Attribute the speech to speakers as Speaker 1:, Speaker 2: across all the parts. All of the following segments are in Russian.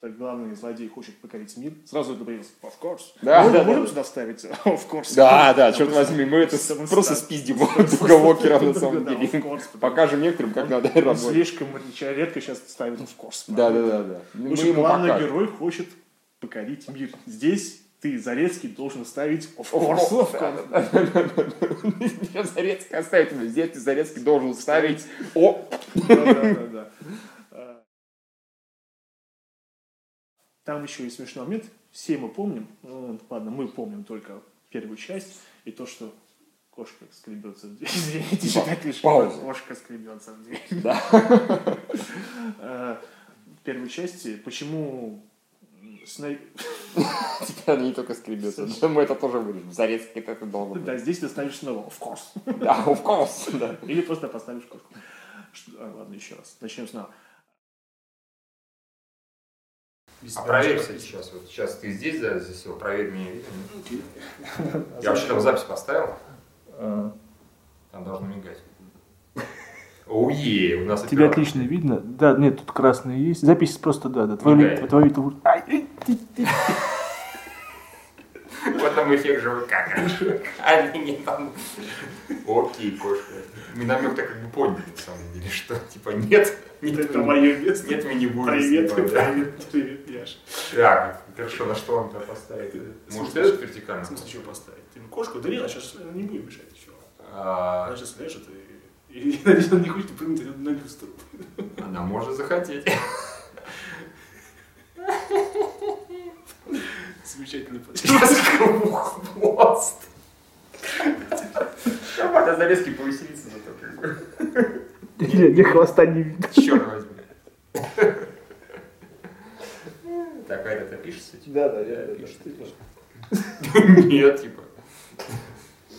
Speaker 1: так главный злодей хочет покорить мир, сразу это появилось. Of course.
Speaker 2: Да,
Speaker 1: Мы
Speaker 2: да,
Speaker 1: можем
Speaker 2: да.
Speaker 1: сюда ставить of course.
Speaker 2: Да, да,
Speaker 1: Ну,
Speaker 2: черт
Speaker 1: просто-
Speaker 2: возьми, мы это с-
Speaker 1: Просто
Speaker 2: просто
Speaker 1: да.
Speaker 2: спиздим Дуга Уокера на
Speaker 1: Да,
Speaker 2: самом
Speaker 1: да,
Speaker 2: деле.
Speaker 1: of course, потому-
Speaker 2: Покажем некоторым, как надо
Speaker 1: Он
Speaker 2: работать.
Speaker 1: Слишком редко сейчас ставит of course.
Speaker 2: Да, да, да, да.
Speaker 1: В
Speaker 2: Мы
Speaker 1: общем,
Speaker 2: ему
Speaker 1: главный
Speaker 2: покажем.
Speaker 1: герой хочет покорить мир. Здесь ты, Зарецкий, должен ставить of course.
Speaker 2: Of course. Зарецкий оставит его. Здесь ты Зарецкий должен ставить о
Speaker 1: Да-да-да-да. Э, Там еще есть смешной момент. Все мы помним, ну, ладно, мы помним только первую часть и то, что кошка скребется в дверь. Извините, что так лишь
Speaker 2: пауза.
Speaker 1: кошка скребется в дверь.
Speaker 2: Да.
Speaker 1: Э, В первой части, почему м, Снай-
Speaker 2: Теперь они не только скребется. но Мы это тоже вырежем. Зарецкий это должен быть.
Speaker 1: Да, здесь ты ставишь снова, of course.
Speaker 2: Да, of course. Да.
Speaker 1: Или просто поставишь кошку. Что- а, Ладно, еще раз. Начнем снова.
Speaker 3: Без
Speaker 4: А проверь
Speaker 3: паузы.
Speaker 4: сейчас. Вот сейчас ты здесь за- засел, проверь меня видно. нет? Я вообще там запись поставил,
Speaker 1: А.
Speaker 4: там должно мигать. Оуе, у нас
Speaker 3: Тебя
Speaker 4: оператор.
Speaker 3: отлично видно. Да, нет, тут красные есть. Запись просто, да, да. Твою,
Speaker 4: Мигает.
Speaker 3: ли- твою ли- Ай, ай, ты- ты.
Speaker 4: Вот там эффект живой как. Они не там. Окей, кошка. Мы намек-то как бы подняли, на самом деле, что типа нет. Нет,
Speaker 1: Это
Speaker 4: мы-
Speaker 1: мое место.
Speaker 4: Нет, мы не будем
Speaker 1: Привет,
Speaker 4: снимать, да.
Speaker 1: привет, привет, Яш.
Speaker 4: Так, хорошо, на что он там поставит? Может, этот вертикально?
Speaker 5: В смысле, что поставить? Ты ему кошку ударил, а сейчас не будем мешать еще. Она
Speaker 4: А,
Speaker 5: сейчас ляжет и, и, надеюсь, он не хочет прыгнуть на люстру.
Speaker 4: Она может захотеть.
Speaker 5: Замечательный подход.
Speaker 4: Сейчас хвост. Надо залезки повеселиться зато.
Speaker 3: Не, не хвоста не видно.
Speaker 4: Черт возьми. Так, Айда, ты пишешься? типа?
Speaker 2: Да, да,
Speaker 4: Нет, типа.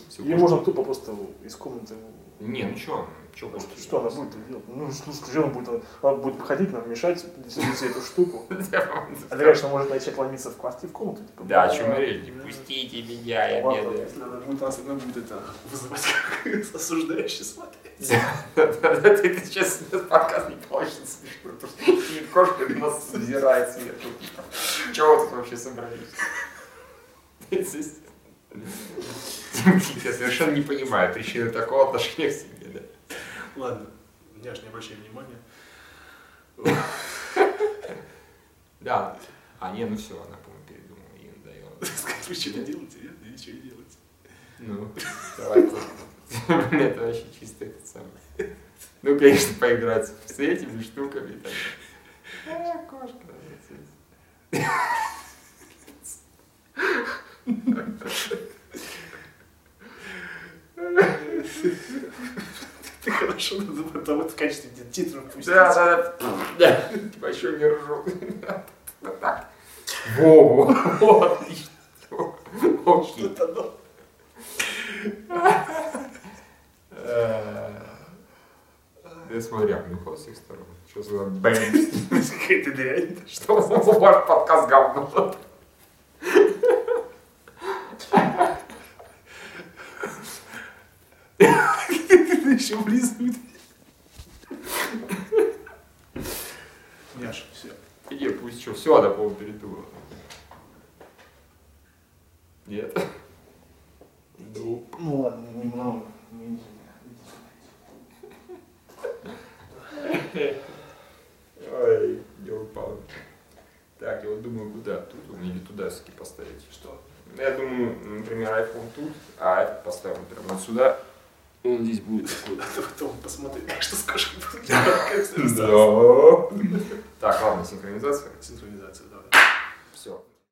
Speaker 4: Всё,
Speaker 5: Или
Speaker 4: кошка.
Speaker 5: можно тупо просто из комнаты...
Speaker 4: Не, ну чё, чё кошки?
Speaker 5: Что она будет делать? Ну, ну скажи, он будет, она будет походить, нам мешать, действительно, всю эту штуку. А ты, конечно, может начать ломиться в квартиру, в комнату. Типа,
Speaker 4: Да, о чём мы речь? Пустите меня, я
Speaker 5: Ладно,
Speaker 4: бедаю.
Speaker 5: если она будет, нас она будет это вызывать как осуждающий смотреть.
Speaker 4: Да-да-да, Ты ты сейчас этот подкаст не получится смешно, потому что сидит кошка и нас взирает сверху. Чего вы тут вообще собрались? Я совершенно не понимаю причины такого отношения к себе, да?
Speaker 5: Ладно, я ж не обращай внимания.
Speaker 4: Да. А, не, ну все, она, по-моему, передумала и надоела.
Speaker 5: Сказать, вы что-то делаете, нет? Или что делаете?
Speaker 4: Ну, давай кошка. Блин, Это вообще чисто это самое. Ну, конечно, поиграть с этими штуками. и так далее. А, кошка.
Speaker 5: Ты хорошо надо это вот в качестве титра пустить.
Speaker 4: Да, да, да. Да. Большой не ржу. Вот так. Во, во, во, отлично. Окей.
Speaker 5: Это оно.
Speaker 4: Э, Я смотрю, обнюхал с их сторон. Что за бэм?
Speaker 5: Какая-то дрянь.
Speaker 4: Что за ваш подкаст говно?
Speaker 5: Ты еще влизывает. Яш, все.
Speaker 4: Иди, пусть что, все, она, по-моему, передумала. Нет? Ну,
Speaker 5: Ну ладно, немного.
Speaker 4: Ой, я упал. Так, я вот думаю, куда? Тут у меня или туда все-таки поставить? Что? Ну, я думаю, например, iPhone тут, а этот поставим прямо вот сюда. Он здесь будет.
Speaker 5: Надо потом посмотреть, как что с кошкой будет.
Speaker 4: Да. Так, ладно, синхронизация.
Speaker 5: Синхронизация, давай.
Speaker 4: Все.